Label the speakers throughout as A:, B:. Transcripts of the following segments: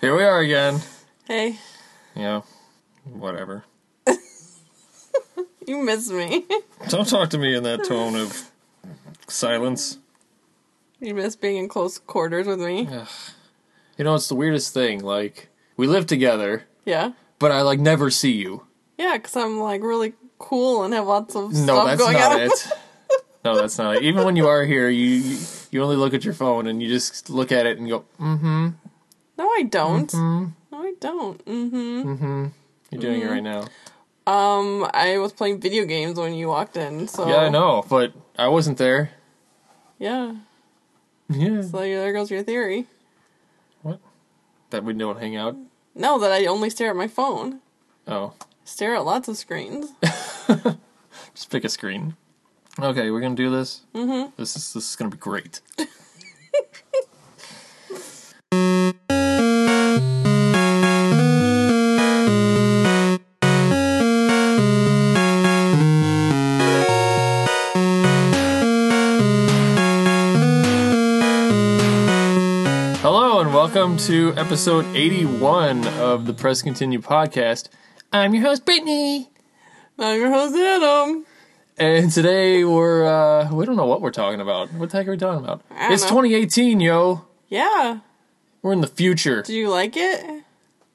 A: Here we are again.
B: Hey,
A: Yeah. Whatever.
B: you miss me.
A: Don't talk to me in that tone of silence.
B: you miss being in close quarters with me.
A: You know, it's the weirdest thing. Like, we live together,
B: Yeah.
A: but I, like, never see you.
B: Yeah, because I'm like really cool and have lots of
A: No,
B: stuff
A: that's
B: going
A: not
B: on.
A: it. No, that's not it. Even when you are here, you, you you only look at your phone and you just look at it and go, mm,
B: No, I don't. No, I don't. Mm-hmm.
A: "You're doing it right now."
B: Um, I was playing video games when you walked in, so
A: Yeah, I know, but I wasn't there.
B: Yeah.
A: Yeah,
B: So there goes your theory.
A: that we don't hang out.
B: No, that I only stare at my phone.
A: Oh,
B: Stare at lots of screens.
A: just pick a screen. Okay, we're gonna do this. Mm-hmm. This is this is gonna be great. Hello and welcome to episode 81 of the Press Continue podcast. I'm your host Brittany.
B: Now your host Adam.
A: And today we're uh we don't know what we're talking about. What the heck are we talking about?
B: I don't
A: It's
B: know.
A: 2018, yo.
B: Yeah.
A: We're in the future.
B: Do you like it?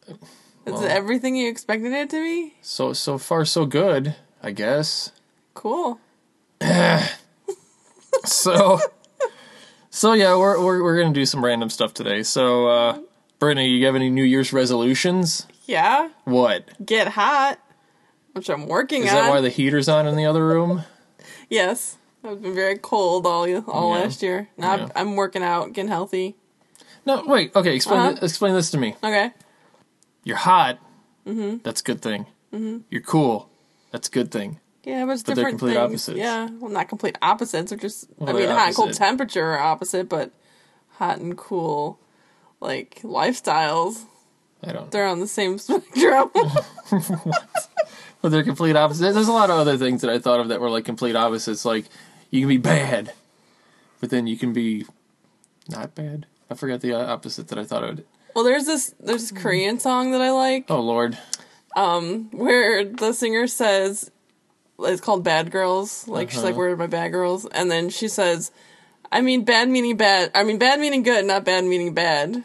B: Is it everything you expected it to be?
A: So so far so good, I guess.
B: Cool.
A: So So yeah, we're we're we're going to do some random stuff today. So uh Brittany, you have any New Year's resolutions?
B: Yeah.
A: What?
B: Get hot. Which I'm working
A: Is
B: on.
A: that why the heater's on in the other room?
B: Yes, I've been very cold all all
A: Yeah.
B: last year. Now
A: Yeah.
B: I'm, I'm working out, getting healthy.
A: No, wait. Okay, explain
B: Uh-huh.
A: thi- explain this to me.
B: Okay,
A: You're hot. Mm-hmm. That's a good thing. Mm-hmm. You're cool. That's a good thing.
B: yeah, but it's
A: But they're
B: different
A: complete
B: things.
A: opposites.
B: Yeah, well, not complete opposites. They're just I
A: Well,
B: mean,
A: they're
B: hot and cold
A: opposite.
B: temperature are opposite, but hot and cool like lifestyles
A: I don't.
B: they're on the same spectrum.
A: But they're complete opposites. There's a lot of other things that I thought of that were like complete opposites. Like you can be bad, but then you can be not bad. I forgot the uh, opposite that I thought of.
B: well, there's this there's this Korean song that I like
A: Oh Lord,
B: where the singer says it's called Bad Girls. Like she's like,
A: Uh-huh.
B: Where are my bad girls? And then she says, I mean bad meaning bad I mean bad meaning good, not bad meaning bad.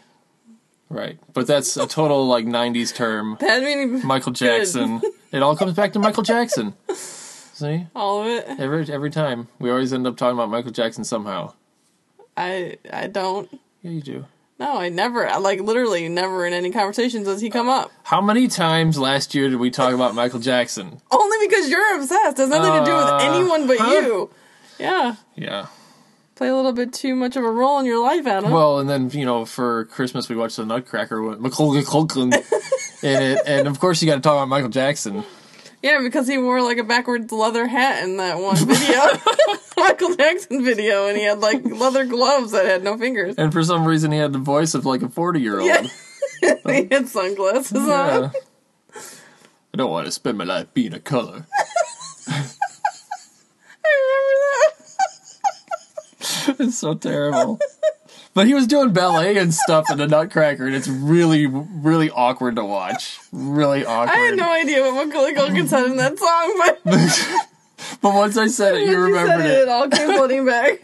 A: right? But that's a total like '90s term.
B: Bad meaning
A: Michael Jackson. It all comes back to Michael Jackson. See,
B: all of it.
A: every every time we always end up talking about Michael Jackson somehow.
B: I I don't
A: Yeah, you do.
B: no, I never I like literally never in any conversations does he come up.
A: How many times last year did we talk about Michael Jackson?
B: Only because you're obsessed. It has nothing to do
A: Uh,
B: with anyone but
A: huh?
B: you. Yeah.
A: Yeah.
B: Play a little bit too much of a role in your life, Adam.
A: Well, and then you know, for Christmas we watched the Nutcracker with Macaulay Culkin in it, and of course you got to talk about Michael Jackson.
B: yeah, because he wore like a backwards leather hat in that one video. Michael Jackson video and he had like leather gloves that had no fingers.
A: And for some reason, he had the voice of like a forty-year-old.
B: Yeah. he had sunglasses on.
A: I don't want to spend my life being a color.
B: I remember that.
A: it's so terrible. But he was doing ballet and stuff in the Nutcracker, and it's really, really awkward to watch. Really awkward.
B: I had no idea what Macaulay Culkin said in that song, but
A: but once I said it, you
B: When
A: remembered
B: said
A: it.
B: it. all came flooding back.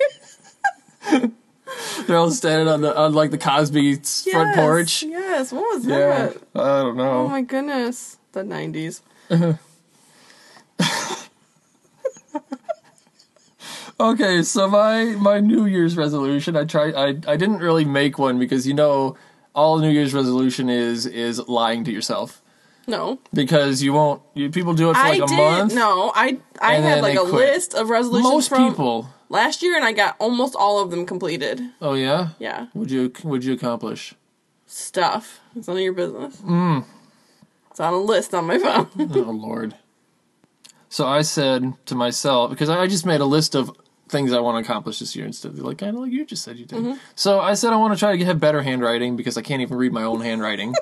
A: They're all standing on the on like the Cosby front
B: uh Yes,
A: porch.
B: Yes. What was
A: Yeah,
B: that?
A: I don't know.
B: Oh my goodness. The nineties.
A: Okay, so my my New Year's resolution, I try I I didn't really make one because you know all New Year's resolution is is lying to yourself
B: No.
A: because you won't you, people do it for like
B: I
A: a
B: did
A: month.
B: no. I I
A: And then
B: had like
A: they
B: a
A: quit.
B: list of resolutions
A: Most
B: from
A: people.
B: last year and I got almost all of them completed.
A: Oh yeah.
B: Yeah.
A: Would you would you accomplish?
B: Stuff. It's none of your business.
A: Mm.
B: It's on a list on my phone.
A: oh lord. So I said to myself because I just made a list of things I want to accomplish this year instead of like kind of like you just said you did.
B: Mm-hmm.
A: So I said I want to try to have better handwriting because I can't even read my own handwriting.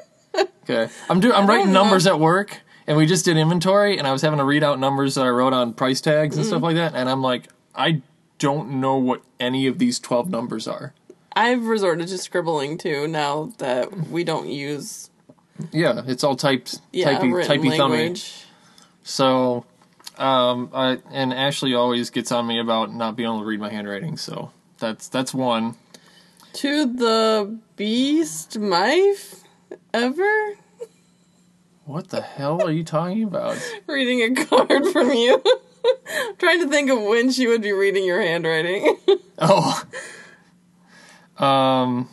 A: Okay. I'm doing. I'm writing
B: know.
A: numbers at work, and we just did inventory, and I was having to read out numbers that I wrote on price
B: Mm.
A: tags and stuff like that, and I'm like, I don't know what any of these twelve numbers are.
B: I've resorted to scribbling too now that we don't use
A: Yeah, it's all typed,
B: yeah
A: typey,
B: written
A: typey thummy.
B: language.
A: So, um, I, and Ashley always gets on me about not being able to read my handwriting. So that's that's one.
B: To the beast, my f- ever
A: What the hell are you talking about?
B: reading a card from you. Trying to think of when she would be reading your handwriting.
A: Oh. Um,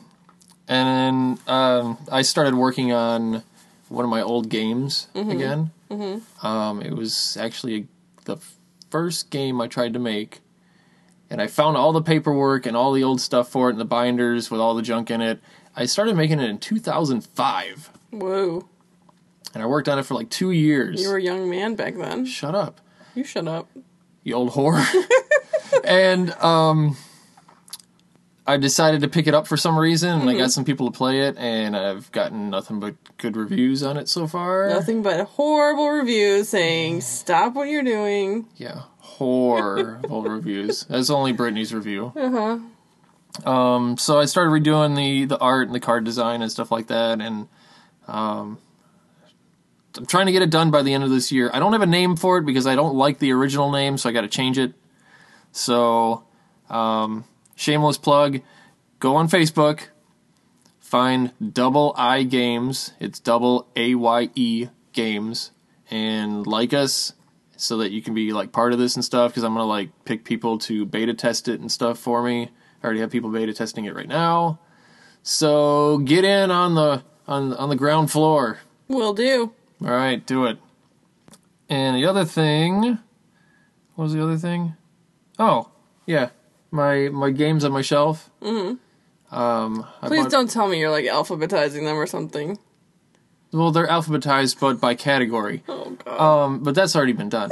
A: and then um, I started working on one of my old games again. Mm-hmm. Um, it was actually the first game I tried to make, and I found all the paperwork and all the old stuff for it and the binders with all the junk in it. I started making it in 2005,
B: Whoa,
A: and I worked on it for like two years.
B: you were a young man back then.
A: Shut up.
B: You shut up.
A: you old whore. and um, I decided to pick it up for some reason, and I
B: Mm-hmm.
A: got some people to play it, and I've gotten nothing but good reviews on it so far.
B: Nothing but horrible reviews
A: Mm.
B: saying stop what you're doing.
A: Yeah, horrible reviews. That's only Brittany's review. Uh huh. Um, so I started redoing the the art and the card design and stuff like that, and um, I'm trying to get it done by the end of this year. I don't have a name for it because I don't like the original name, so I got to change it. So, um, shameless plug. Go on Facebook. Find Double I Games. It's double A Y E Games, and like us so that you can be like part of this and stuff because i'm gonna like pick people to beta test it and stuff for me i already have people beta testing it right now so get in on the on on the ground floor
B: Will do.
A: all right do it and the other thing what was the other thing oh yeah my my games on my shelf mm-hmm. um I
B: Please
A: bought-
B: don't tell me you're like alphabetizing them or something.
A: well they're alphabetized but by category
B: Oh god.
A: Um, but that's already been done.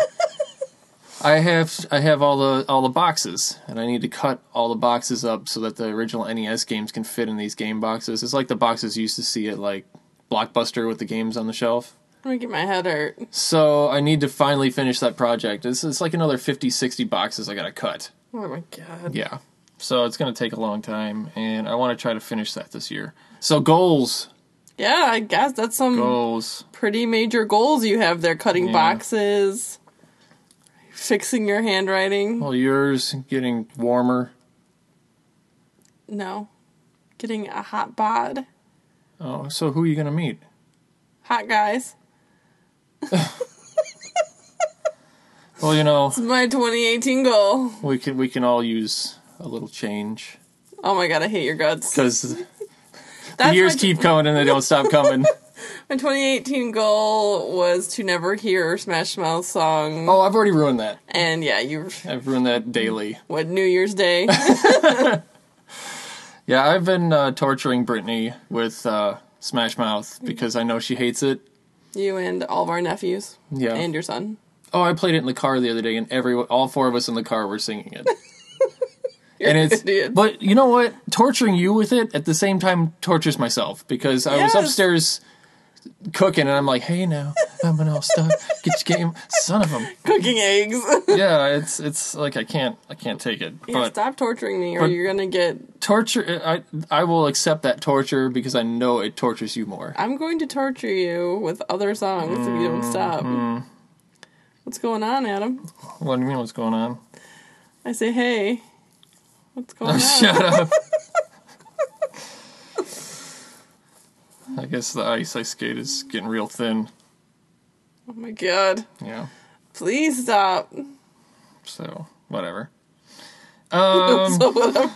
A: I have I have all the all the boxes, and I need to cut all the boxes up so that the original NES games can fit in these game boxes. It's like the boxes you used to see at like Blockbuster with the games on the shelf.
B: Let me get my head hurt.
A: So I need to finally finish that project. It's it's like another 50, 60 boxes I gotta cut.
B: Oh my god.
A: Yeah. So it's gonna take a long time, and I want to try to finish that this year. So goals,
B: Yeah, I guess that's some
A: goals.
B: pretty major goals you have there cutting
A: Yeah.
B: boxes, fixing your handwriting.
A: Well, yours getting warmer.
B: No. Getting a hot bod.
A: Oh, so who are you gonna meet?
B: Hot guys.
A: Well, you know.
B: It's my 2018 goal.
A: We can we can all use a little change
B: Oh my god, I hate your guts.
A: because the
B: That's
A: years
B: my,
A: keep coming and they don't stop coming.
B: my 2018 goal was to never hear Smash Mouth song.
A: oh, I've already ruined that.
B: And yeah, you
A: I've ruined that daily.
B: what New Year's Day.
A: Yeah, I've been uh, torturing Brittany with uh, Smash Mouth because I know she hates it.
B: you and all of our nephews
A: Yeah.
B: and your son.
A: oh, I played it in the car the other day, and every all four of us in the car were singing it. and it's
B: idiot.
A: but you know what? Torturing you with it at the same time tortures myself because I
B: Yes.
A: was upstairs cooking, and I'm like, hey now. I'm an all star. Get your game, son of a
B: Cooking eggs.
A: yeah, it's it's like I can't I can't take it.
B: yeah,
A: but
B: stop torturing me or
A: but-
B: you're going to get
A: torture, I I will accept that torture because I know it tortures you more.
B: I'm going to torture you with other songs if you don't stop.
A: Mm-hmm.
B: What's going on, Adam?
A: What do you mean? What's going on?
B: I say, hey, what's
A: Oh,
B: going on?
A: Shut up. I guess the ice I skate is getting real thin.
B: Oh my god.
A: Yeah.
B: Please stop.
A: Um, So whatever. Um,
B: so whatever.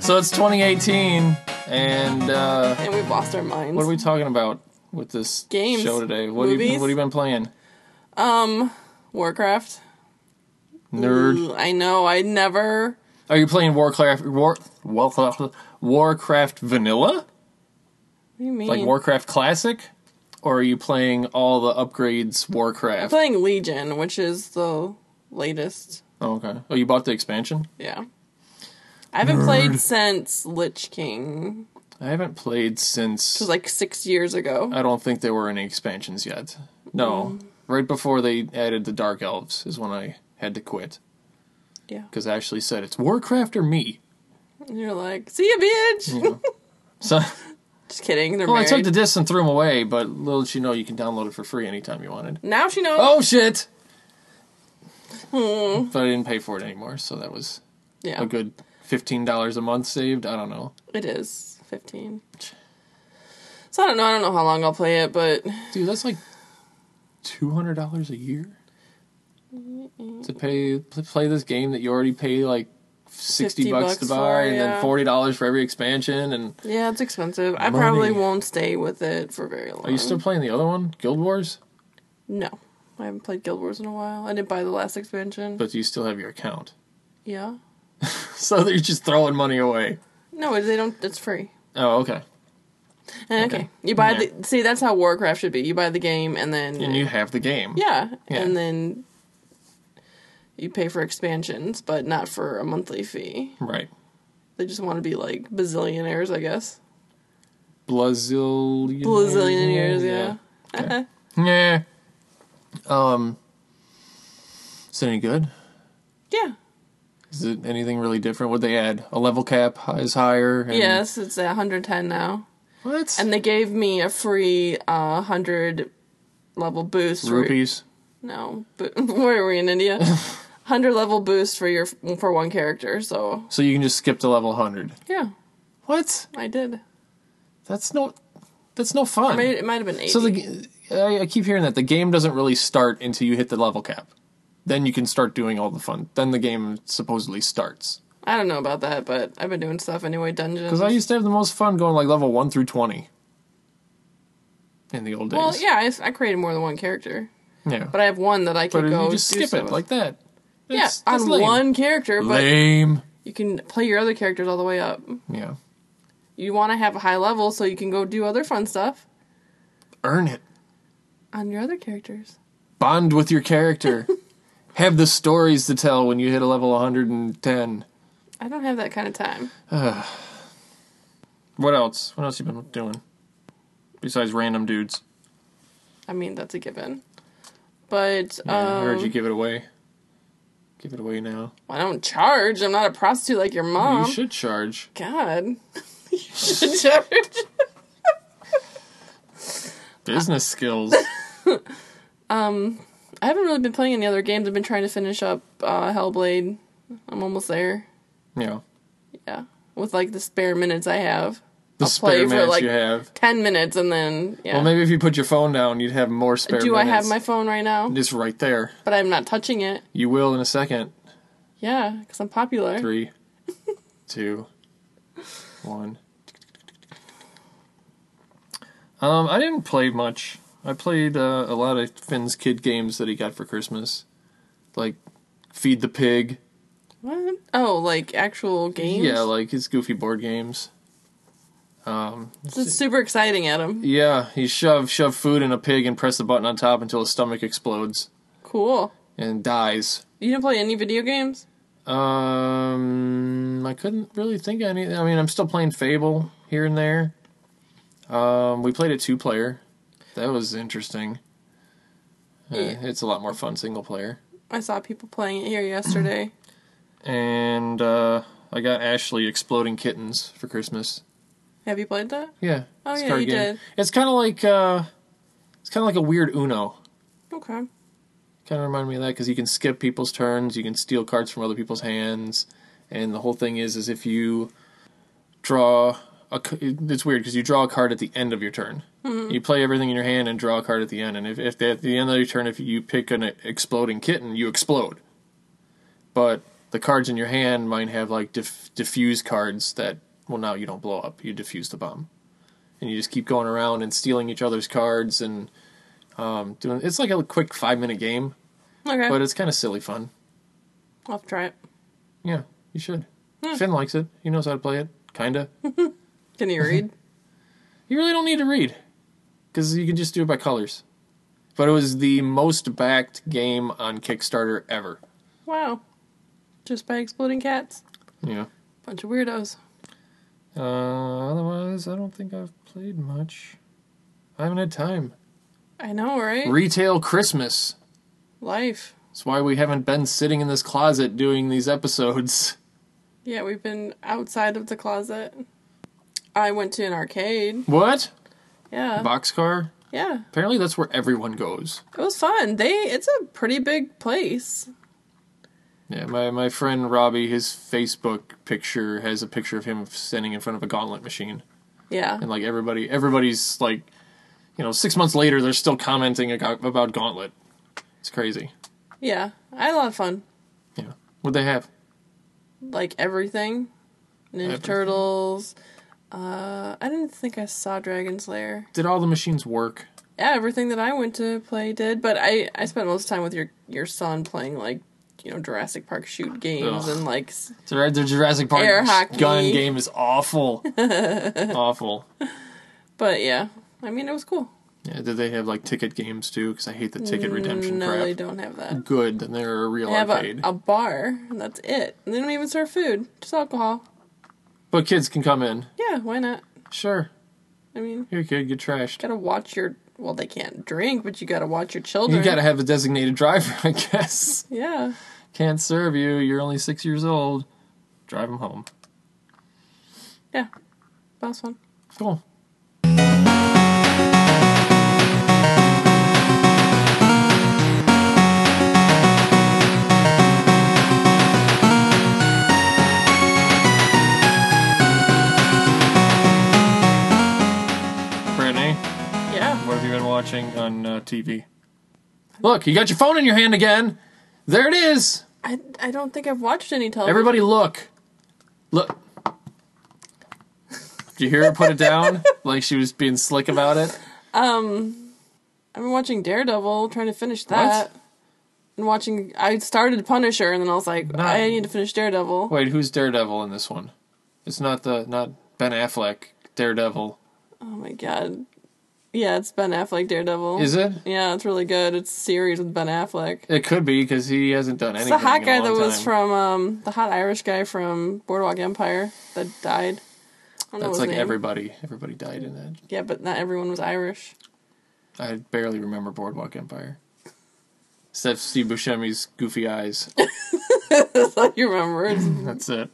A: so it's 2018, and uh,
B: And we've lost our minds.
A: what are we talking about with this
B: Games,
A: show today? What have you,
B: movies.
A: what have you been playing?
B: um, Warcraft.
A: Nerd.
B: Ooh, I know. I never.
A: Are you playing Warcraft War, Warcraft Warcraft Vanilla?
B: What do you mean?
A: Like Warcraft Classic? Or are you playing all the upgrades
B: I'm
A: Warcraft?
B: playing Legion, which is the latest.
A: Oh, okay. Oh, you bought the expansion?
B: Yeah. I haven't
A: Nerd.
B: played since Lich King.
A: I haven't played since.
B: It was like six years ago.
A: I don't think there were any expansions yet. No, right before they added the Dark Elves is when I had to quit
B: Yeah.
A: because Ashley said it's Warcraft or me.
B: And you're like, see ya, bitch.
A: So.
B: Just kidding. They're
A: Well, Oh, I took
B: married.
A: the disc and threw them away, but little did you know you can download it for free anytime you wanted.
B: now she knows.
A: Oh shit!
B: Hmm.
A: But I didn't pay for it anymore, so that was
B: yeah.
A: a good fifteen dollars a month saved. I don't know,
B: It is 15. So I don't know. I don't know how long I'll play it, but
A: dude. That's like two hundred dollars a year to pay to play this game that you already pay like sixty
B: 50
A: bucks, to
B: bucks
A: buy,
B: for,
A: and
B: yeah.
A: then forty dollars for every expansion. And
B: yeah, it's expensive. I
A: Money.
B: probably won't stay with it for very long.
A: are you still playing the other one, Guild Wars?
B: No. I haven't played Guild Wars in a while. I didn't buy the last expansion.
A: But do you still have your account?
B: yeah.
A: So you're just throwing money away.
B: No, they don't. It's free.
A: Oh, okay.
B: And okay.
A: Okay.
B: You buy
A: Yeah.
B: the. See, that's how Warcraft should be. You buy the game and then.
A: And you have the game.
B: yeah,
A: Yeah.
B: And then you pay for expansions, but not for a monthly fee.
A: Right.
B: They just want to be like bazillionaires, I guess.
A: Blazilian.
B: Bazillionaires, yeah.
A: Okay. yeah. Um. Is it any good?
B: Yeah.
A: Is it anything really different? Would they add a level cap hi- is higher? And
B: Yes, it's at 110 now.
A: What?
B: And they gave me a free uh, 100 level boost. for-
A: rupees.
B: No, but where were we in India? 100 level boost for your for one character. So,
A: So you can just skip to level hundred.
B: yeah,
A: What?
B: I did.
A: That's no. That's no fun.
B: Maybe it might have been 80.
A: so the. g- I, I keep hearing that the game doesn't really start until you hit the level cap. Then you can start doing all the fun. Then the game supposedly starts.
B: I don't know about that, but I've been doing stuff anyway, dungeons.
A: Because I used to have the most fun going like level one through twenty. In the old days.
B: well, yeah, I, I created more than one character,
A: Yeah.
B: but I have one that I
A: But
B: can
A: if
B: go
A: you just
B: do
A: skip
B: stuff
A: it
B: with.
A: like that.
B: yeah,
A: That's- that's
B: on
A: lame.
B: one character, but
A: Lame.
B: you can play your other characters all the way up.
A: Yeah.
B: You want to have a high level so you can go do other fun stuff
A: Earn it.
B: on your other characters.
A: Bond with your character. Have the stories to tell when you hit a level 110.
B: I don't have that kind of time.
A: What else? What else you been doing? Besides random dudes.
B: I mean, that's a given. But um,
A: Yeah, I heard you give it away. Give it away now.
B: I don't charge. I'm not a prostitute like your mom.
A: you should charge.
B: God. you should charge.
A: Business skills.
B: I haven't really been playing any other games. I've been trying to finish up uh, Hellblade. I'm almost there.
A: Yeah.
B: Yeah. With like the spare minutes I have.
A: The
B: I'll play
A: spare
B: for,
A: minutes
B: like,
A: you have.
B: 10 minutes and then, yeah.
A: Well, maybe if you put your phone down, you'd have more spare
B: Do I
A: minutes.
B: have my phone right now?
A: It's right there.
B: But I'm not touching it.
A: You will in a second.
B: Yeah, because I'm popular.
A: Three, two, one. Um, I didn't play much. I played uh, a lot of Finn's kid games that he got for Christmas, like Feed the Pig.
B: What? Oh, like actual games?
A: Yeah, like his goofy board games. Um,
B: This is super exciting, Adam.
A: yeah, he shove shove food in a pig and press the button on top until his stomach explodes
B: Cool.
A: and dies.
B: You didn't play any video games?
A: Um, I couldn't really think of any. I mean, I'm still playing Fable here and there. Um, we played a two player. That was interesting. Uh,
B: Yeah.
A: It's a lot more fun single player.
B: I saw people playing it here yesterday.
A: And uh, I got Ashley exploding kittens for Christmas.
B: have you played that?
A: Yeah.
B: Oh,
A: it's a
B: yeah,
A: card
B: you
A: game.
B: did.
A: It's kind of like uh, it's kind of like a weird Uno.
B: Okay.
A: Kind of reminded me of that because you can skip people's turns, you can steal cards from other people's hands, and the whole thing is is if you draw a, c- it's weird because you draw a card at the end of your turn. You play everything in your hand and draw a card at the end, and if, if at the end of your turn if you pick an exploding kitten, you explode. But the cards in your hand might have like diff, diffuse cards that well now you don't blow up, you diffuse the bomb, and you just keep going around and stealing each other's cards and. Um, doing it's like a quick five minute game,
B: Okay.
A: but it's kind of silly fun.
B: I'll have to try it.
A: Yeah, you should. Finn likes it. He knows how to play it. Kinda.
B: Can you read?
A: you really don't need to read, because you can just do it by colors. But it was the most backed game on Kickstarter ever.
B: wow. Just by exploding cats.
A: Yeah.
B: Bunch of weirdos.
A: Uh, otherwise, I don't think I've played much. I haven't had time.
B: I know, right?
A: Retail Christmas.
B: Life.
A: That's why we haven't been sitting in this closet doing these episodes.
B: Yeah, we've been outside of the closet. I went to an arcade.
A: What?
B: Yeah.
A: Boxcar?
B: Yeah.
A: Apparently, that's where everyone goes.
B: It was fun. They it's a pretty big place.
A: Yeah, my, my friend Robbie, his Facebook picture has a picture of him standing in front of a gauntlet machine.
B: Yeah.
A: And, like, everybody, everybody's, like, you know, six months later, they're still commenting ag- about gauntlet. It's crazy.
B: Yeah. I had a lot of fun.
A: Yeah. What'd they have?
B: Like everything. Ninja
A: Everything.
B: Turtles. Uh I didn't think I saw Dragon's Lair.
A: Did all the machines work?
B: Yeah, everything that I went to play did, but I I spent most time with your your son playing like you know Jurassic Park shoot games
A: Ugh.
B: and like s-
A: The the Jurassic Park
B: Air hockey.
A: gun game is awful. awful.
B: but yeah, I mean it was cool.
A: Yeah, did they have like ticket games too? Because I hate the ticket redemption
B: Mm, no,
A: crap.
B: they don't have that.
A: Good, then they're a real
B: They have a,
A: arcade.
B: a bar and that's it. And they don't even serve food, just alcohol.
A: but kids can come in.
B: Yeah, why not?
A: Sure,
B: I mean,
A: here kid, get trashed.
B: gotta watch your. Well, they can't drink, but you gotta watch your children.
A: You gotta have a designated driver, I guess.
B: Yeah.
A: Can't serve you. You're only six years old. Drive them home.
B: Yeah. That was fun.
A: Cool. Brittany,
B: Yeah.
A: what have you been watching on uh, TV? Look, you got your phone in your hand again. There it is.
B: I, I don't think I've watched any television.
A: Everybody, look. Look. Did you hear her put it down? like she was being slick about it?
B: I've been watching Daredevil, trying to finish that. And watching. I started Punisher, and then I was like,
A: Nah.
B: I need to finish Daredevil.
A: Wait, who's Daredevil in this one? It's not the not Ben Affleck Daredevil,
B: Oh my god. Yeah, it's Ben Affleck Daredevil.
A: is it?
B: Yeah, it's really good. It's a series with Ben Affleck.
A: It could be because he hasn't done
B: It's
A: anything.
B: the hot
A: in a
B: guy that
A: long
B: was
A: time.
B: from um the hot Irish guy from Boardwalk Empire that died. I don't know
A: That's
B: his
A: like
B: name.
A: everybody. Everybody died in that.
B: Yeah, but not everyone was Irish.
A: I barely remember Boardwalk Empire. Except Steve Buscemi's goofy eyes.
B: That's all you remember. It's-
A: That's it.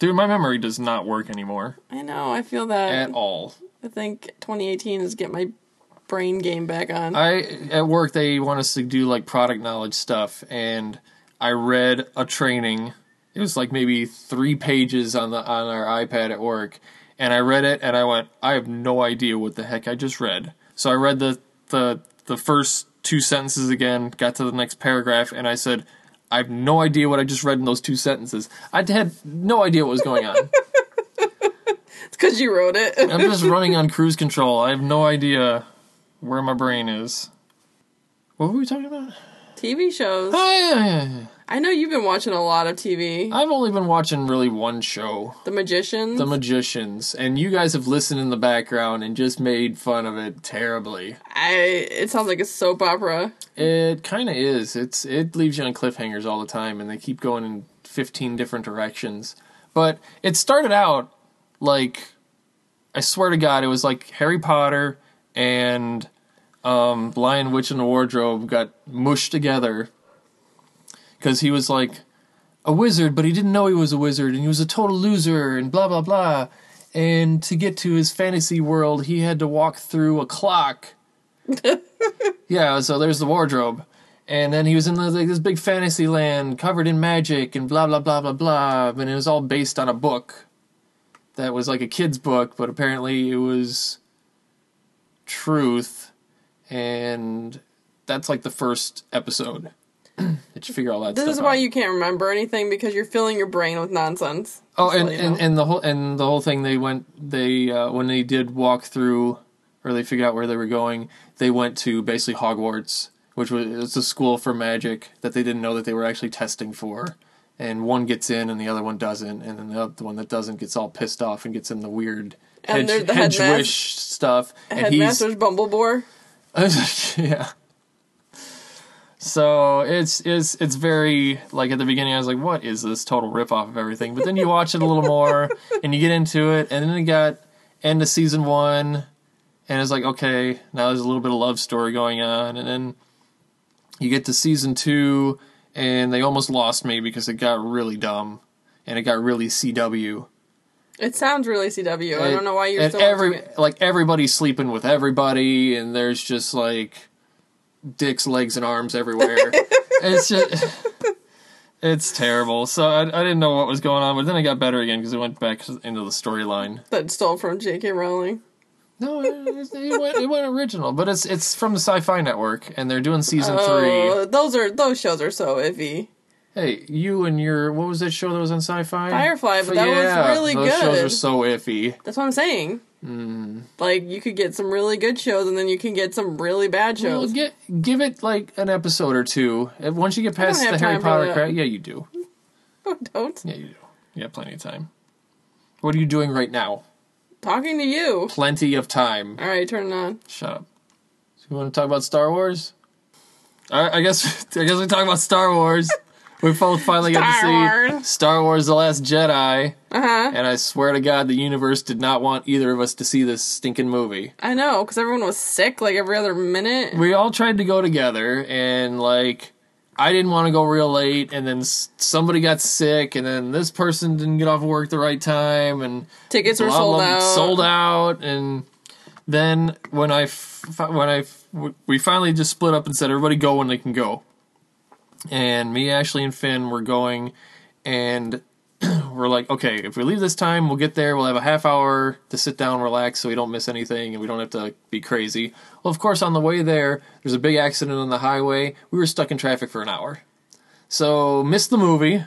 A: Dude, my memory does not work anymore
B: I know. I feel that.
A: at all.
B: I think 2018 is get my brain game back on.
A: I at work they want us to do like product knowledge stuff, and I read a training. It was like maybe three pages on the on our iPad at work, and I read it and I went, I have no idea what the heck I just read. So I read the the the first two sentences again, got to the next paragraph, and I said, I have no idea what I just read in those two sentences. I had no idea what was going on.
B: It's because you wrote it.
A: I'm just running on cruise control. I have no idea where my brain is. What were we talking about?
B: TV shows.
A: Oh, yeah, yeah, yeah.
B: I know you've been watching a lot of TV.
A: I've only been watching really one show,
B: The Magicians.
A: Uh, The Magicians, and you guys have listened in the background and just made fun of it terribly.
B: I. It sounds like a soap opera.
A: It kind of is. It's it leaves you on cliffhangers all the time, and they keep going in fifteen different directions. But it started out like I swear to God, it was like Harry Potter and um, Lion Witch in the Wardrobe got mushed together because he was like a wizard, but he didn't know he was a wizard, and he was a total loser, and blah blah blah. And to get to his fantasy world, he had to walk through a clock. Yeah, so there's the wardrobe. And then he was in the, like, this big fantasy land covered in magic and blah, blah, blah, blah, blah. And it was all based on a book that was like a kid's book, but apparently it was truth. And that's like the first episode. Did you figure all that
B: This
A: stuff
B: is
A: out?
B: why you can't remember anything because you're filling your brain with nonsense.
A: Oh,
B: Just
A: and,
B: so you
A: and,
B: know.
A: and the whole and the whole thing they went they uh, when they did walk through or they figured out where they were going, they went to basically Hogwarts, which was it's a school for magic that they didn't know that they were actually testing for. And one gets in and the other one doesn't, and then the other one that doesn't gets all pissed off and gets in the weird
B: And
A: hedge,
B: they're the
A: hedge
B: headmas-
A: wish stuff. And he's
B: Headmaster's Bumblebore.
A: yeah. So it's it's it's very like at the beginning I was like, what is this total rip off of everything? But then you watch it a little more and you get into it, and then it got end of season one, and it's like okay, now there's a little bit of love story going on, and then you get to season two, and they almost lost me because it got really dumb, and it got really CW.
B: It sounds really CW. I don't know why you're
A: and
B: still
A: every
B: watching it.
A: like everybody's sleeping with everybody, and there's just like dicks, legs, and arms everywhere. it's just it's terrible. So I, I didn't know what was going on, but then it got better again because it went back into the storyline.
B: that stole from J.K. Rowling.
A: No, it, it, went, it went original, but it's it's from the Sci-Fi Network, and they're doing season three.
B: Oh, those are those shows are so iffy.
A: Hey, you and your what was that show that was on Sci-Fi?
B: Firefly, but that was really
A: those Those shows
B: good.
A: are so iffy.
B: That's what I'm saying.
A: Hmm.
B: Like you could get some really good shows, and then you can get some really bad
A: Well,
B: shows.
A: get, give it like an episode or two. And Once you get past
B: have
A: the Harry
B: time for
A: Potter
B: that.
A: crowd, yeah, you do.
B: Don't
A: Yeah, you do. You have plenty of time. What are you doing right now?
B: talking to you.
A: Plenty of time.
B: All right, turn it on.
A: Shut up. So you want to talk about Star Wars? All right, I guess I guess we talk about Star Wars. We both finally got to
B: Star
A: see
B: Wars.
A: Star Wars: The Last Jedi,
B: Uh huh.
A: and I swear to God, the universe did not want either of us to see this stinking movie.
B: I know, because everyone was sick like every other minute.
A: we all tried to go together and like i didn't want to go real late and then s- somebody got sick and then this person didn't get off work the right time and
B: Tickets were
A: blah,
B: sold
A: blah,
B: out.
A: sold out and then when i f- when i f- we finally just split up and said everybody go when they can go and me ashley and finn were going and we're like okay if we leave this time we'll get there we'll have a half hour to sit down relax so we don't miss anything and we don't have to be crazy well of course on the way there there's a big accident on the highway we were stuck in traffic for an hour so missed the movie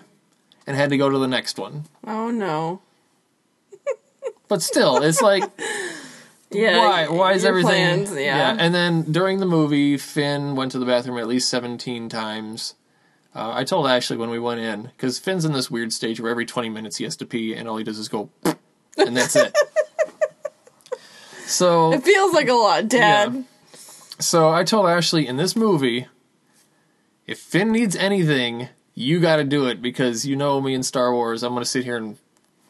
A: and had to go to the next one
B: Oh no.
A: but still it's like
B: Yeah.
A: why? Why is
B: your
A: everything?
B: Plans, yeah.
A: And then during the movie, Finn went to the bathroom at least seventeen times. Uh, I told Ashley when we went in because Finn's in this weird stage where every twenty minutes he has to pee, and all he does is go, and that's it. so,
B: It feels like a lot, Dad.
A: Yeah. so I told Ashley in this movie, if Finn needs anything, you got to do it because you know me and Star Wars. I'm gonna sit here and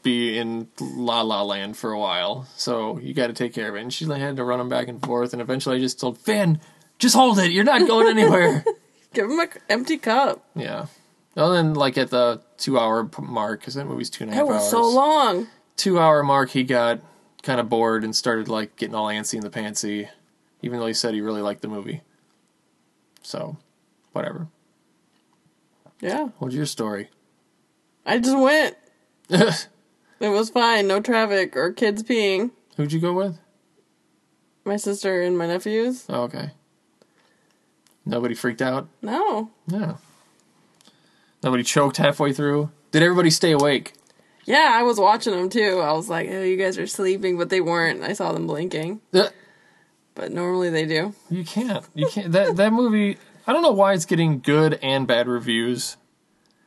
A: be in La La Land for a while, so you got to take care of it. And she had to run him back and forth, and eventually I just told Finn, just hold it. You're not going anywhere.
B: Give him an empty cup.
A: yeah. And then, like at the two-hour p- mark, because that movie's two and a half
B: That was
A: hours.
B: so long.
A: Two-hour mark, he got kind of bored and started like getting all antsy in the pantsy, even though he said he really liked the movie. So, whatever.
B: Yeah.
A: What's your story?
B: I just went. It was fine. No traffic or kids peeing.
A: Who'd you go with?
B: My sister and my nephews.
A: Oh, okay. Nobody freaked out.
B: No.
A: Yeah. Nobody choked halfway through. Did everybody stay awake?
B: Yeah, I was watching them too. I was like, oh, you guys are sleeping, but they weren't. I saw them blinking.
A: Ugh,
B: But normally they do.
A: You can't. You can't. That that movie. I don't know why it's getting good and bad reviews.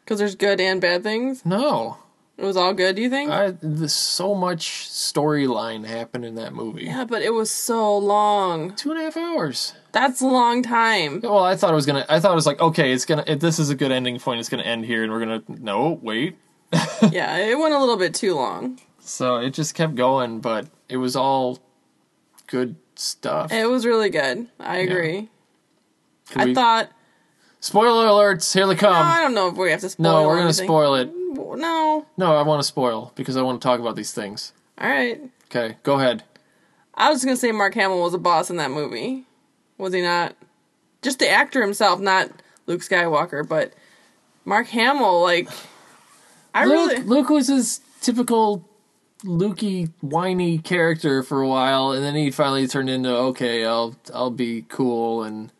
B: Because there's good and bad things.
A: No,
B: It was all good, do you think?
A: I there's so much storyline happened in that movie.
B: yeah, but it was so long.
A: Two and a half hours.
B: That's a long time.
A: Well, I thought it was gonna. I thought it was like, okay, it's gonna. If this is a good ending point, it's gonna end here, and we're gonna. No, wait.
B: yeah, it went a little bit too long.
A: So it just kept going, but it was all good stuff.
B: It was really good. I agree.
A: Could
B: I
A: we-
B: thought.
A: Spoiler alerts! Here they
B: Oh, I
A: come.
B: don't know if we have to spoil.
A: No, we're gonna
B: anything.
A: spoil it.
B: No.
A: No, I want to spoil because I want to talk about these things.
B: All right.
A: Okay, go ahead.
B: I was gonna say Mark Hamill was a boss in that movie. Was he not? Just the actor himself, not Luke Skywalker, but Mark Hamill. Like, I
A: Luke,
B: really.
A: Luke was his typical Lukey whiny character for a while, and then he finally turned into okay, I'll I'll be cool and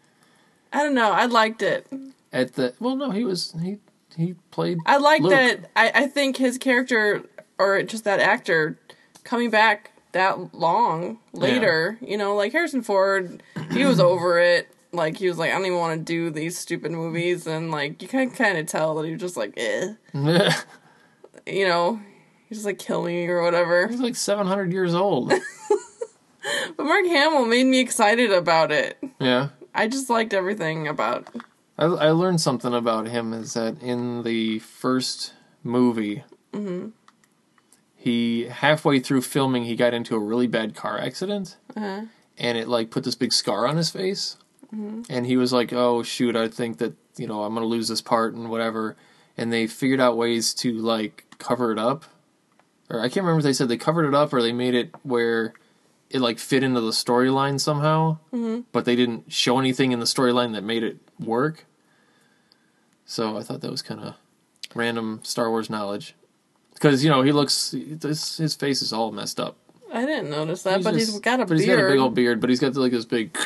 B: I don't know. I liked it.
A: at the well, no, he was he he played.
B: I like
A: Luke.
B: that. I, I think his character, or just that actor, coming back that long later, you know, like Harrison Ford, he was over it. Like, he was like, I don't even want to do these stupid movies. And, like, you can kind of tell that he was just like, eh.
A: He's
B: You know, he's just like, kill me or whatever.
A: like seven hundred years old.
B: But Mark Hamill made me excited about it.
A: yeah,
B: I just liked everything about
A: I, I learned something about him is that in the first movie, he halfway through filming he got into a really bad car accident, and it like put this big scar on his face, and he was like, "Oh shoot, I think that you know I'm gonna lose this part and whatever," and they figured out ways to like cover it up, or I can't remember if they said they covered it up or they made it where it like fit into the storyline somehow, but they didn't show anything in the storyline that made it work. So I thought that was kind of random Star Wars knowledge, because you know he looks this, his face is all messed up.
B: I didn't notice that, but
A: just-
B: he's got a
A: but
B: beard.
A: he's got a big old beard, but he's got like this big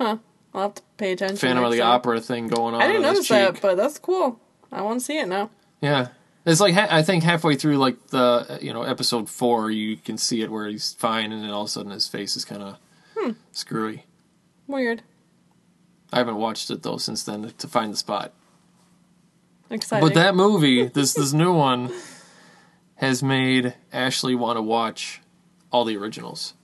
B: I'll have to pay attention.
A: Phantom of
B: next
A: the
B: time.
A: Opera thing going on.
B: I didn't
A: on his
B: notice that,
A: cheek.
B: but that's cool. I want to see it now.
A: Yeah, it's like ha- I think halfway through like the you know episode four, you can see it where he's fine, and then all of a sudden his face is kind of
B: Hmm.
A: screwy.
B: Weird.
A: I haven't watched it though since then to find the spot.
B: Exciting.
A: But that movie, this this new one, has made Ashley want to watch all the originals.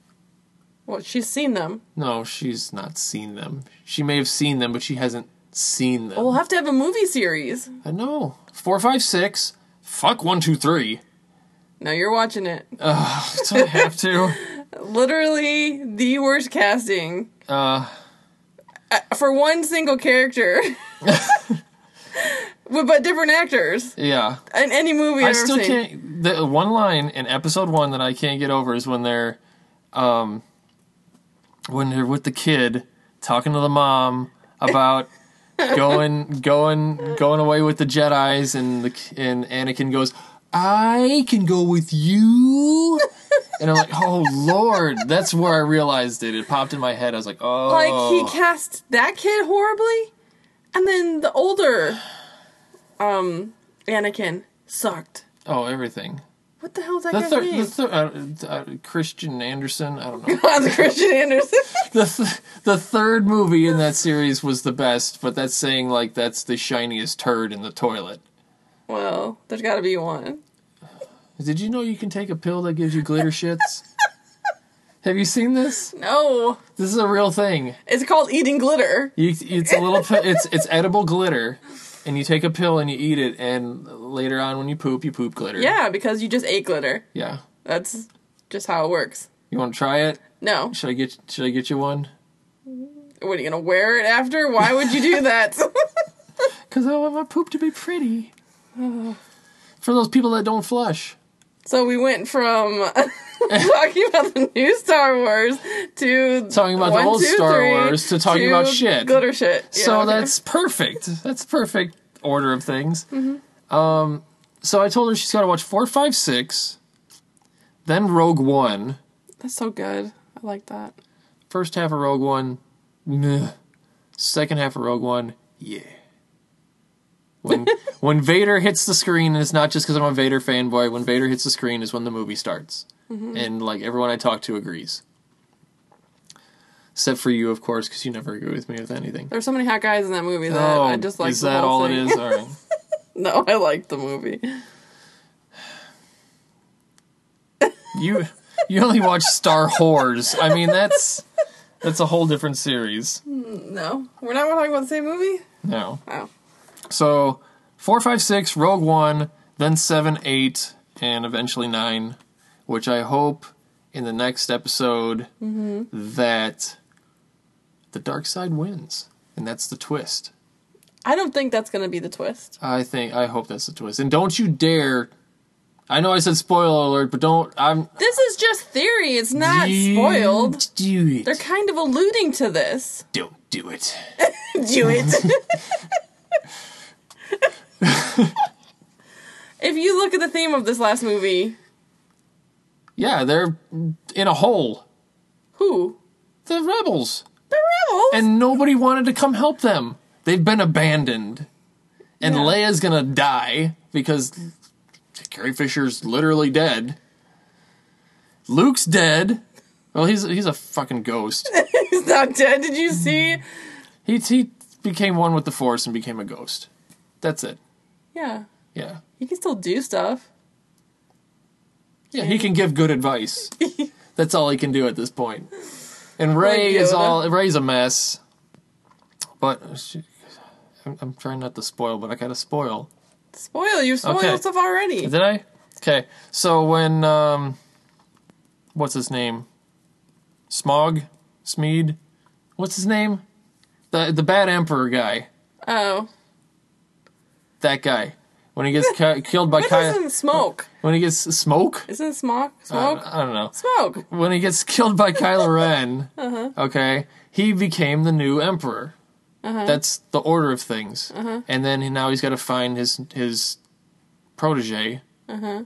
B: well, she's seen them.
A: No, she's not seen them. She may have seen them, but she hasn't seen them.
B: We'll have to have a movie series.
A: I know. Four, five, six. Fuck one, two, three.
B: No, you're watching it.
A: So I have to.
B: Literally the worst casting
A: Uh,
B: for one single character. With, but different actors
A: yeah.
B: in any movie I've
A: I
B: ever
A: still
B: seen.
A: can't. The one line in episode one that I can't get over is when they're, um, when they're with the kid talking to the mom about going, going, going away with the Jedi's, and the and Anakin goes, "I can go with you," and I'm like, "Oh Lord!" That's where I realized it. It popped in my head. I was like, "Oh,
B: Like he cast that kid horribly, and then the older, um, Anakin sucked.
A: oh everything."
B: What the hell is that
A: The
B: guy's
A: third,
B: name?
A: the third, uh, uh, Christian Anderson. I don't know.
B: Hans Christian Andersen.
A: the th- the third movie in that series was the best, but that's saying like that's the shiniest turd in the toilet.
B: well, there's got to be one.
A: Did you know you can take a pill that gives you glitter shits? Have you seen this?
B: No,
A: This is a real thing.
B: it's called eating glitter.
A: You, it's a little pi- it's it's edible glitter, and you take a pill and you eat it, and later on when you poop, you poop glitter.
B: Yeah, because you just ate glitter.
A: Yeah.
B: That's just how it works.
A: You want to try it?
B: No,
A: Should I get Should I get you one?
B: what are you gonna wear it after? Why would you do that?
A: Because I want my poop to be pretty. For those people that don't flush.
B: so we went from talking about the new Star Wars to
A: Talking about the old Star Wars to talking about shit.
B: glitter shit. Yeah,
A: so
B: okay.
A: that's perfect. That's perfect order of things. Um, so I told her she's got to watch four, five, six, then Rogue One.
B: that's so good. I like that.
A: First half of Rogue One, meh. Second half of Rogue One, yeah. When when Vader hits the screen, and it's not just because I'm a Vader fanboy. When Vader hits the screen is when the movie starts,
B: Mm-hmm.
A: and like everyone I talk to agrees. Except for you, of course, because you never agree with me with anything.
B: There's so many hot guys in that movie that I just like.
A: Oh, is that all it is? All right.
B: No, I liked the movie.
A: You you only watch Star Whores. I mean that's that's a whole different series.
B: No, we're not talking about the same movie.
A: No.
B: Oh.
A: So four, five, six, Rogue One, then seven, eight, and eventually nine, which I hope in the next episode
B: Mm-hmm.
A: that the dark side wins. And that's the twist.
B: I don't think that's going to be the twist.
A: I think I hope that's the twist. And don't you dare I know I said spoiler alert, but don't I'm
B: This is just theory. It's not spoiled.
A: Do it.
B: They're kind of alluding to this.
A: Don't do it.
B: Do it. if you look at the theme of this last movie,
A: Yeah, they're in a hole.
B: who?
A: The rebels.
B: The rebels.
A: And nobody wanted to come help them. They've been abandoned. And
B: Yeah.
A: Leia's gonna die because Carrie Fisher's literally dead. Luke's dead. Well, he's he's a fucking ghost.
B: He's not dead. Did you see?
A: he he became one with the Force and became a ghost. That's it.
B: Yeah.
A: Yeah.
B: He can still do stuff.
A: Yeah, he can give good advice. That's all he can do at this point. And Ray
B: Like
A: is
B: Yoda.
A: all Ray's a mess. But she, I'm, I'm trying not to spoil, but I gotta spoil.
B: Spoil, you spoiled
A: Okay.
B: stuff already.
A: Did I? Okay. So when um, what's his name? Smog, Smeed. What's his name? The the Bad Emperor guy.
B: Oh.
A: That guy. When he gets ki- killed by
B: That
A: Kai.
B: isn't smoke.
A: When he gets smoke.
B: Isn't smoke?
A: I
B: Smoke?
A: don't, I don't know.
B: smoke.
A: When he gets killed by Kylo Ren. Okay, he became the new emperor. That's the order of things. And then he- now he's got to find his his protege.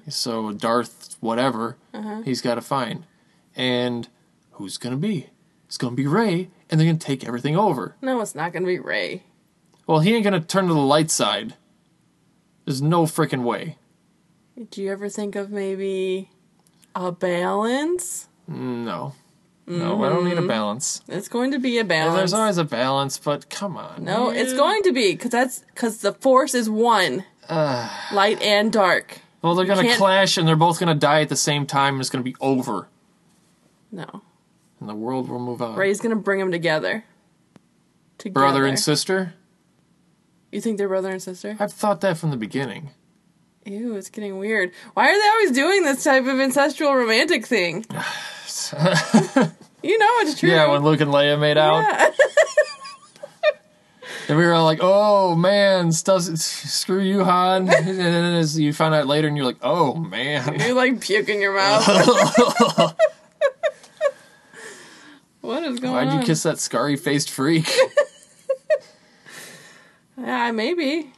A: So Darth, whatever, he's got to find. And who's gonna be? It's gonna be Ray, and they're gonna take everything over.
B: No, it's not gonna be Ray.
A: Well, he ain't gonna turn to the light side. There's no freaking way.
B: Do you ever think of maybe a balance?
A: No, no, I don't need a balance.
B: It's going to be a
A: And
B: balance.
A: there's always a balance, but come on.
B: no, it's
A: man.
B: going to be because that's because the force is one, light and dark.
A: Well, they're gonna
B: can't-
A: clash, and they're both gonna die at the same time. And it's gonna be over,
B: No,
A: and the world will move on.
B: Ray's gonna bring them together. Together,
A: Brother and sister.
B: You think they're brother and sister?
A: I've thought that from the beginning.
B: Ew, it's getting weird. Why are they always doing this type of ancestral romantic thing? You know it's true.
A: yeah, when Luke and Leia made out,
B: Yeah.
A: and we were all like, "Oh man, stuff, screw you, Han." and then as you find out later, and you're like, "Oh man."
B: you like puke in your mouth. what is going
A: Why'd
B: on?
A: you kiss that scary faced freak?
B: Yeah, maybe.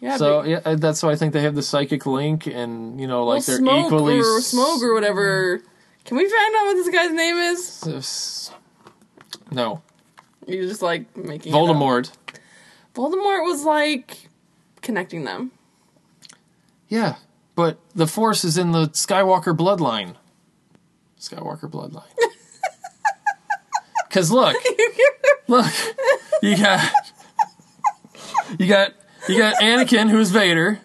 B: Yeah,
A: so
B: but-
A: yeah, uh, that's why I think they have the psychic link, and you know,
B: Well,
A: like they're
B: smoke
A: equally
B: or
A: s-
B: smoke or whatever. Can we find out what this guy's name is?
A: s- No,
B: You're just like making it up.
A: Voldemort.
B: Voldemort was like connecting them.
A: Yeah, but the Force is in the Skywalker bloodline. Skywalker bloodline. Because look, look, you got, you got, you got Anakin, who's Vader,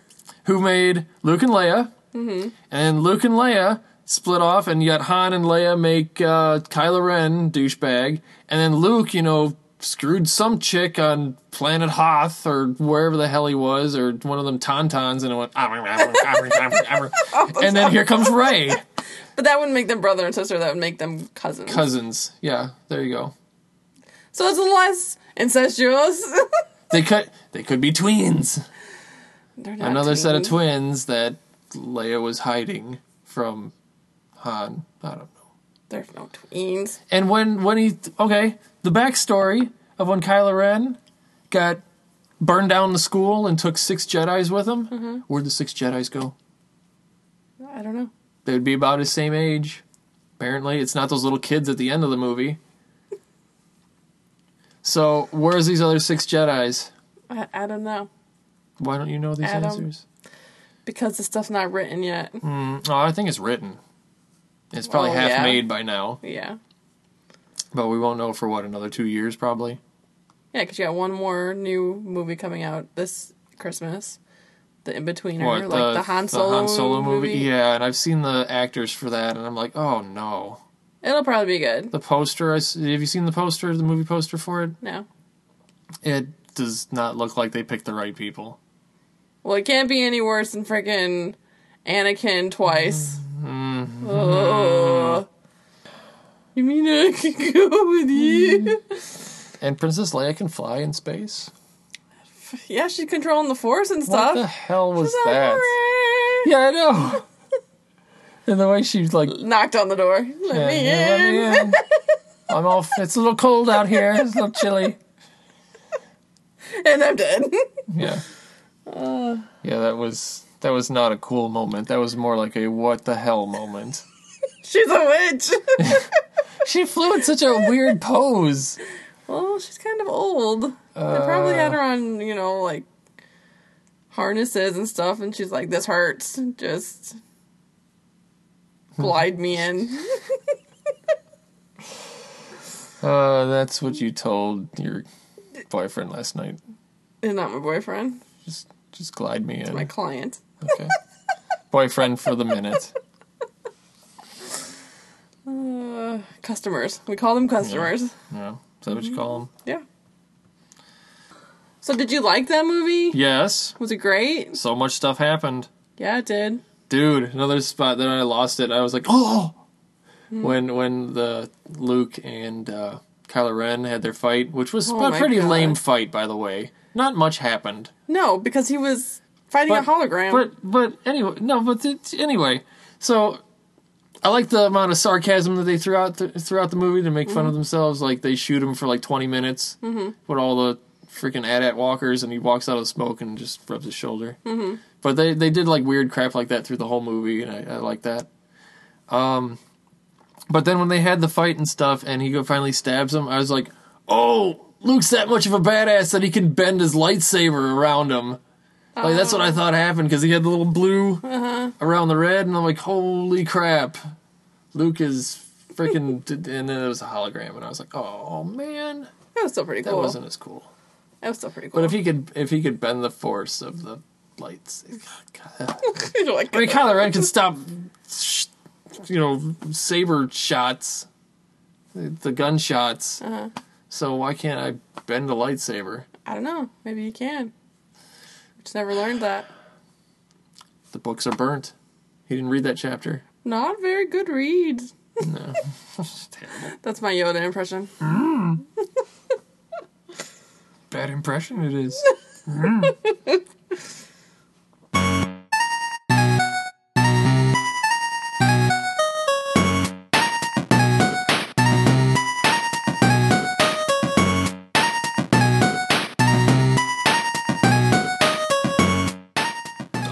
A: who made Luke and Leia, and Luke and Leia split off, and you got Han and Leia make uh, Kylo Ren douchebag, and then Luke, you know, screwed some chick on planet Hoth or wherever the hell he was, or one of them Tauntauns, and it went, "Ah, ah, ah, ah, ah, ah." and then here comes Ray.
B: But that wouldn't make them brother and sister, that would make them cousins.
A: Cousins, yeah, there you go.
B: so it's less incestuous.
A: They could they could be twins.
B: They're not
A: Another set of
B: teens.
A: twins that Leia was hiding from Han. I don't know.
B: They're no tweens.
A: And when when he okay, the backstory of when Kylo Ren got burned down the school and took six Jedi's with him.
B: Mm-hmm.
A: Where'd the six Jedi's go?
B: I don't know.
A: They would be about his same age. Apparently, it's not those little kids at the end of the movie. So where's these other six Jedi's?
B: I, I don't know.
A: Why don't you know these
B: Adam.
A: answers?
B: Because the stuff's not written yet.
A: Oh, I think it's written. It's probably
B: Oh,
A: half
B: yeah.
A: made by now,
B: Yeah.
A: but we won't know for what another two years probably.
B: Yeah, because you got one more new movie coming out this Christmas, the In Betweener,
A: What
B: like the, Han Solo, movie.
A: Yeah, and I've seen the actors for that, and I'm like, oh no.
B: it'll probably be good.
A: The poster, I s- have you seen the poster, the movie poster for it?
B: No,
A: It does not look like they picked the right people.
B: well, it can't be any worse than freaking Anakin twice.
A: Mm-hmm.
B: Ugh. You mean I can go with you?
A: And Princess Leia can fly in space.
B: yeah, she's controlling the Force and
A: What
B: stuff.
A: the hell was
B: She's like,
A: that?
B: "Hooray."
A: Yeah, I know. and the way she's like,
B: Knocked on the door. Let
A: "Yeah,
B: me
A: yeah, let
B: in.
A: me in. I'm off. It's a little cold out here. It's a little chilly.
B: and I'm dead.
A: Yeah.
B: Uh.
A: yeah, that was that was not a cool moment. That was more like a what the hell moment.
B: she's a witch.
A: She flew in such a weird pose.
B: Well, she's kind of old.
A: Uh.
B: they probably had her on, you know, like harnesses and stuff, and she's like, "This hurts. Just
A: Hmm.
B: glide me in."
A: Uh, that's what you told your boyfriend last night.
B: He's not my boyfriend.
A: Just just glide me in.
B: My client.
A: Okay. boyfriend for the minute.
B: Uh, customers. We call them customers.
A: Yeah. Is that what you call him?
B: Yeah. So did you like that movie?
A: Yes,
B: Was it great?
A: so much stuff happened.
B: Yeah, it did.
A: dude another spot that i lost it i was like oh
B: Hmm.
A: when when the luke and uh kylo ren had their fight which was
B: Oh
A: a
B: my
A: pretty
B: God.
A: lame fight by the way not much happened
B: No, because he was fighting a
A: But-
B: hologram.
A: but but anyway no but th- anyway so i like the amount of sarcasm that they threw out th- throughout the movie to make fun of themselves like they shoot him for like 20 minutes with all the freaking at walkers and he walks out of smoke and just rubs his shoulder mm-hmm. but they they did like weird crap like that through the whole movie and i, I like that um but then when they had the fight and stuff and he go finally stabs him i was like oh luke's that much of a badass that he can bend his lightsaber around him like that's what I thought happened because he had the little blue around the red, and I'm like, holy crap, Luke is freaking. d- and then it was a hologram, and I was like, oh man,
B: that was still pretty
A: that
B: cool.
A: wasn't as cool.
B: that was still pretty cool.
A: But if he could, if he could bend the force of the lights, God.
B: you know, like,
A: I mean, Kylo Ren can stop, sh- you know, saber shots, the the gunshots. So why can't I bend a lightsaber?
B: I don't know. Maybe you can. I just never learned that.
A: The books are burnt. He didn't read that chapter.
B: Not very good read.
A: No, terrible.
B: That's my Yoda impression.
A: Bad impression it is. Hmm.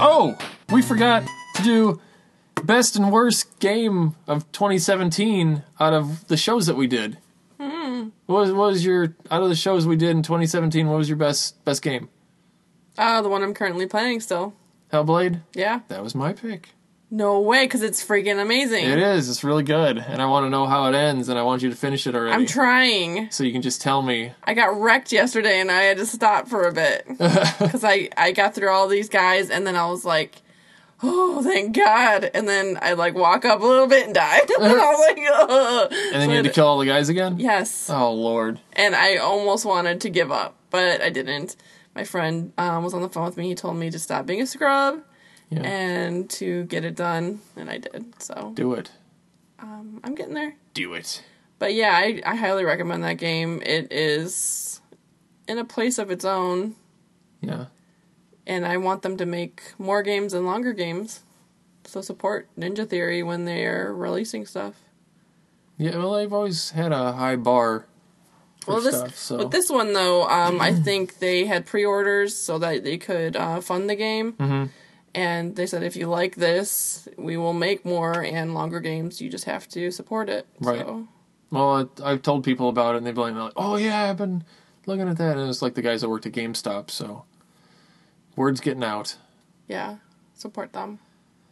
A: oh, we forgot to do best and worst game of 2017 out of the shows that we did. What was, what was your out of the shows we did in 2017? What was your best best game?
B: Ah, the one I'm currently playing still.
A: Hellblade.
B: Yeah.
A: That was my pick.
B: No way, because it's freaking amazing.
A: It is. It's really good, and I want to know how it ends, and I want you to finish it already,
B: I'm trying.
A: so you can just tell me.
B: I got wrecked yesterday and I had to stop for a bit. Because I, I got through all these guys and then I was like, oh, thank God. And then I like walk up a little bit and die. and I was like, ugh.
A: And then you had to kill all the guys again.
B: Yes.
A: Oh lord.
B: And I almost wanted to give up, but I didn't. My friend um, was on the phone with me. He told me to stop being a scrub
A: Yeah.
B: and to get it done. And I did. So
A: Do it.
B: I'm getting there.
A: Do it.
B: But yeah, I, I highly recommend that game. It is in a place of its own,
A: Yeah.
B: and I want them to make more games and longer games. So support Ninja Theory when they're releasing stuff.
A: Yeah. Well, I've always had a high bar. For
B: Well, this
A: stuff, so. Mm-hmm.
B: with this one though, um, I think they had pre-orders so that they could uh, fund the game,
A: Mm-hmm.
B: and they said if you like this, we will make more and longer games. You just have to support it.
A: Right.
B: So,
A: Well, I, I've told people about it, and they've been like, "Oh yeah, I've been looking at that," and it's like the guys that worked at GameStop. So, word's getting out.
B: yeah, support them.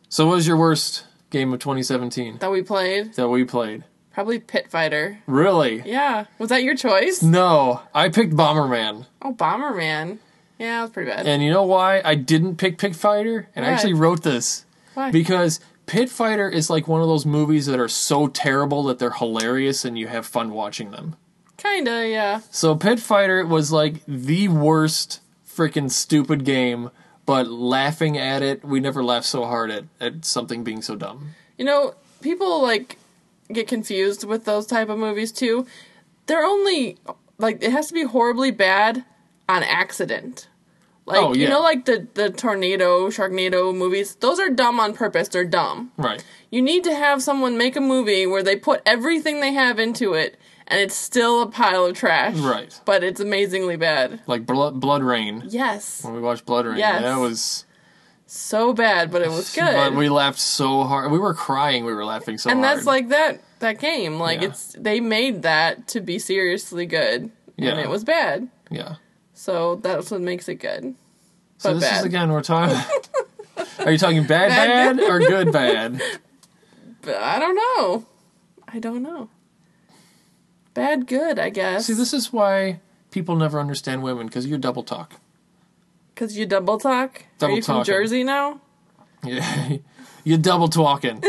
A: So, what was your worst game of 2017
B: That we played
A: that we played?
B: probably Pit Fighter.
A: Really?
B: Yeah. Was that your choice?
A: Mm. No, I picked Bomberman.
B: Oh, Bomberman. Yeah, that was pretty bad.
A: And you know why I didn't pick Pit Fighter? And I
B: Why?
A: actually wrote this
B: Why?
A: because Pit Fighter is like one of those movies that are so terrible that they're hilarious and you have fun watching them.
B: Kinda, yeah.
A: So Pit Fighter was like the worst freaking stupid game, but laughing at it, we never laughed so hard at, at something being so dumb.
B: You know, people like get confused with those type of movies too. They're only like it has to be horribly bad on accident. Like
A: Oh, yeah.
B: you know, like the the tornado, Sharknado movies. Those are dumb on purpose. They're dumb.
A: Right.
B: You need to have someone make a movie where they put everything they have into it, and it's still a pile of trash.
A: Right.
B: But it's amazingly bad.
A: Like Blood, Blood Rain.
B: Yes.
A: When we watched Blood Rain,
B: Yes.
A: that was
B: So bad, but it was good.
A: But we laughed so hard. We were crying. We were laughing so
B: and
A: hard.
B: that's like that that game like
A: Yeah.
B: it's they made that to be seriously good
A: Yeah.
B: and it was bad
A: yeah.
B: so that's what makes it good
A: So
B: but
A: this is
B: bad.
A: again we're talking. Are you talking bad, bad
B: Bad.
A: or good bad?
B: but i don't know i don't know bad good i guess
A: See, this is why people never understand women because you double talk.
B: because you double talk
A: Double
B: are you from
A: talking.
B: jersey now
A: Yeah, you double talking.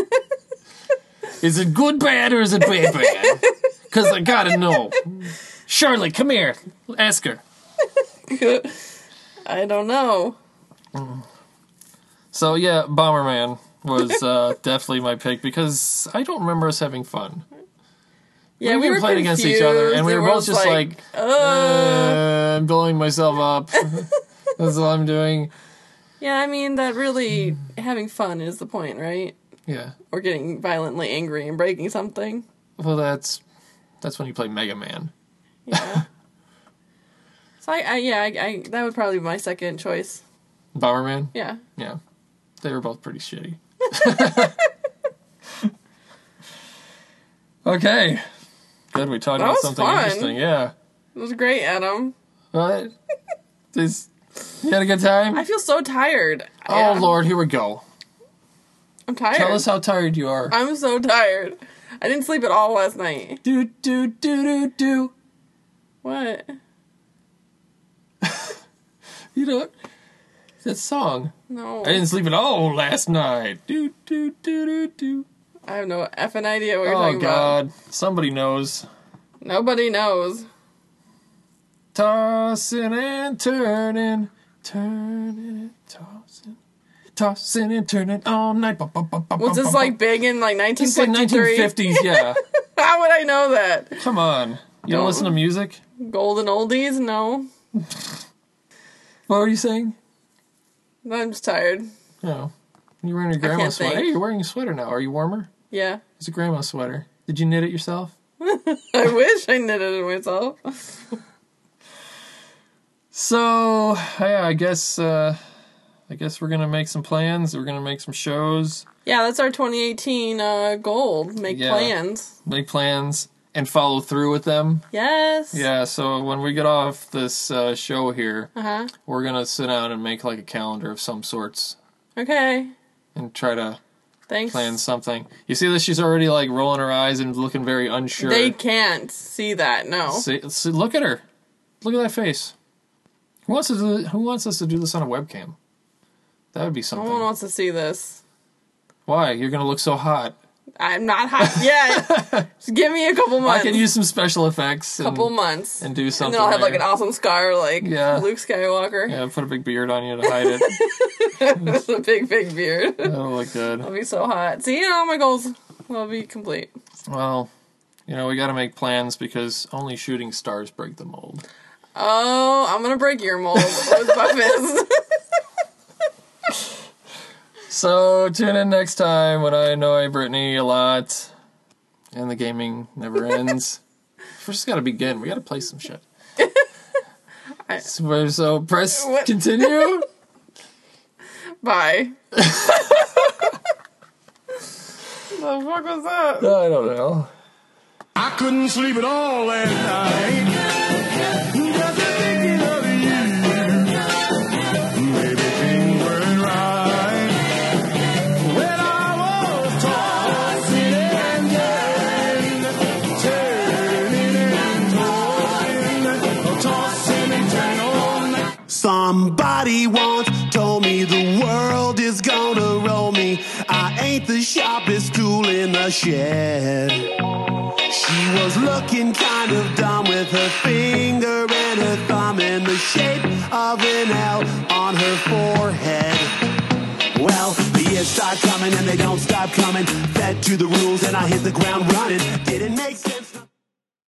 A: is it good bad or is it bad bad? Because I gotta know. Charlotte, come here. Ask her.
B: I don't know.
A: So yeah, Bomberman was uh, definitely my pick because I don't remember us having fun.
B: Yeah,
A: we,
B: were
A: played against each other,
B: confused,
A: and we were both
B: was
A: just like,
B: uh,
A: "Uh, I'm blowing myself up. That's all I'm doing.
B: yeah. I mean, that really having fun is the point, right?
A: Yeah.
B: Or getting violently angry and breaking something.
A: Well, that's that's when you play Mega Man.
B: Yeah. so I, I yeah, I, I that would probably be my second choice.
A: Bomberman.
B: Yeah.
A: Yeah, they were both pretty shitty. okay, good. We talked about
B: was
A: something
B: fun.
A: interesting. Yeah,
B: It was great, Adam.
A: what? This, you had a good time.
B: I feel so tired.
A: oh
B: Yeah.
A: Lord, here we go.
B: I'm tired.
A: Tell us how tired you are.
B: I'm so tired. I didn't sleep at all last night.
A: Do do do do do.
B: What?
A: You know that song.
B: No.
A: I didn't sleep at all last night. Do do do do do.
B: I have no effing idea what you're
A: Oh
B: talking about.
A: God, somebody knows.
B: Nobody knows.
A: Tossing and turning, turning and tossing, tossing and turning all night. Bum, bum, bum, bum,
B: Was
A: bum,
B: this
A: bum,
B: like
A: bum.
B: big in like
A: It's like
B: 1953?
A: 1950s? Yeah.
B: How would I know that?
A: Come on, you don't
B: Don't.
A: listen to music.
B: Golden oldies? No.
A: What were you saying?
B: I'm just tired.
A: No, you were in your grandma's
B: can't
A: sweater.
B: think.
A: Hey, you're wearing a sweater now. Are you warmer?
B: Yeah.
A: It's a grandma's sweater. Did you knit it yourself?
B: I wish I knitted it myself.
A: So yeah, I guess uh, I guess we're gonna make some plans. We're gonna make some shows,
B: Yeah, that's our 2018 uh, goal. Make
A: Yeah.
B: plans.
A: make plans, and follow through with them.
B: Yes.
A: Yeah, so when we get off this uh, show here,
B: Uh huh.
A: we're gonna sit down and make like a calendar of some sorts
B: Okay.
A: and try to
B: Thanks.
A: plan something. You see that she's already like rolling her eyes and looking very unsure.
B: They can't see that. No.
A: see, see, look at her. Look at that face. Who wants to do, who wants us to do this on a webcam? That would be
B: No
A: something.
B: one wants to see this.
A: Why? You're gonna look so hot.
B: I'm not hot yet. Just give me a couple
A: I
B: months.
A: can use some special effects. And,
B: couple months.
A: and do
B: And
A: something
B: then I'll have like
A: there.
B: an awesome scar like
A: Yeah.
B: Luke Skywalker
A: Yeah, put a big beard on you to hide it.
B: with a big, big beard.
A: That'll look good.
B: That'll be so hot. See, all my goals will be complete.
A: Well, you know, we got to make plans because only shooting stars break the mold.
B: Oh, I'm gonna break your mold with my fist.
A: So tune in next time when I annoy Brittany a lot, and the gaming never ends. We're just got to begin. We got to play some shit.
B: I-
A: so, so press
B: What?
A: continue.
B: Bye. the fuck was that?
A: Uh, I don't know.
C: I couldn't sleep at all last night. Just thinking of you. Maybe things weren't right. When I was tossing and turning, turning and tossing, tossing and turning all night. Somebody once told me the world is gonna roll me. I ain't the sharpest tool in the shed. She was looking kind of dumb with her finger and her thumb in the shape of an L on her forehead. Well, the years start coming and they don't stop coming. Fed to the rules and I hit the ground running. Didn't make sense. to-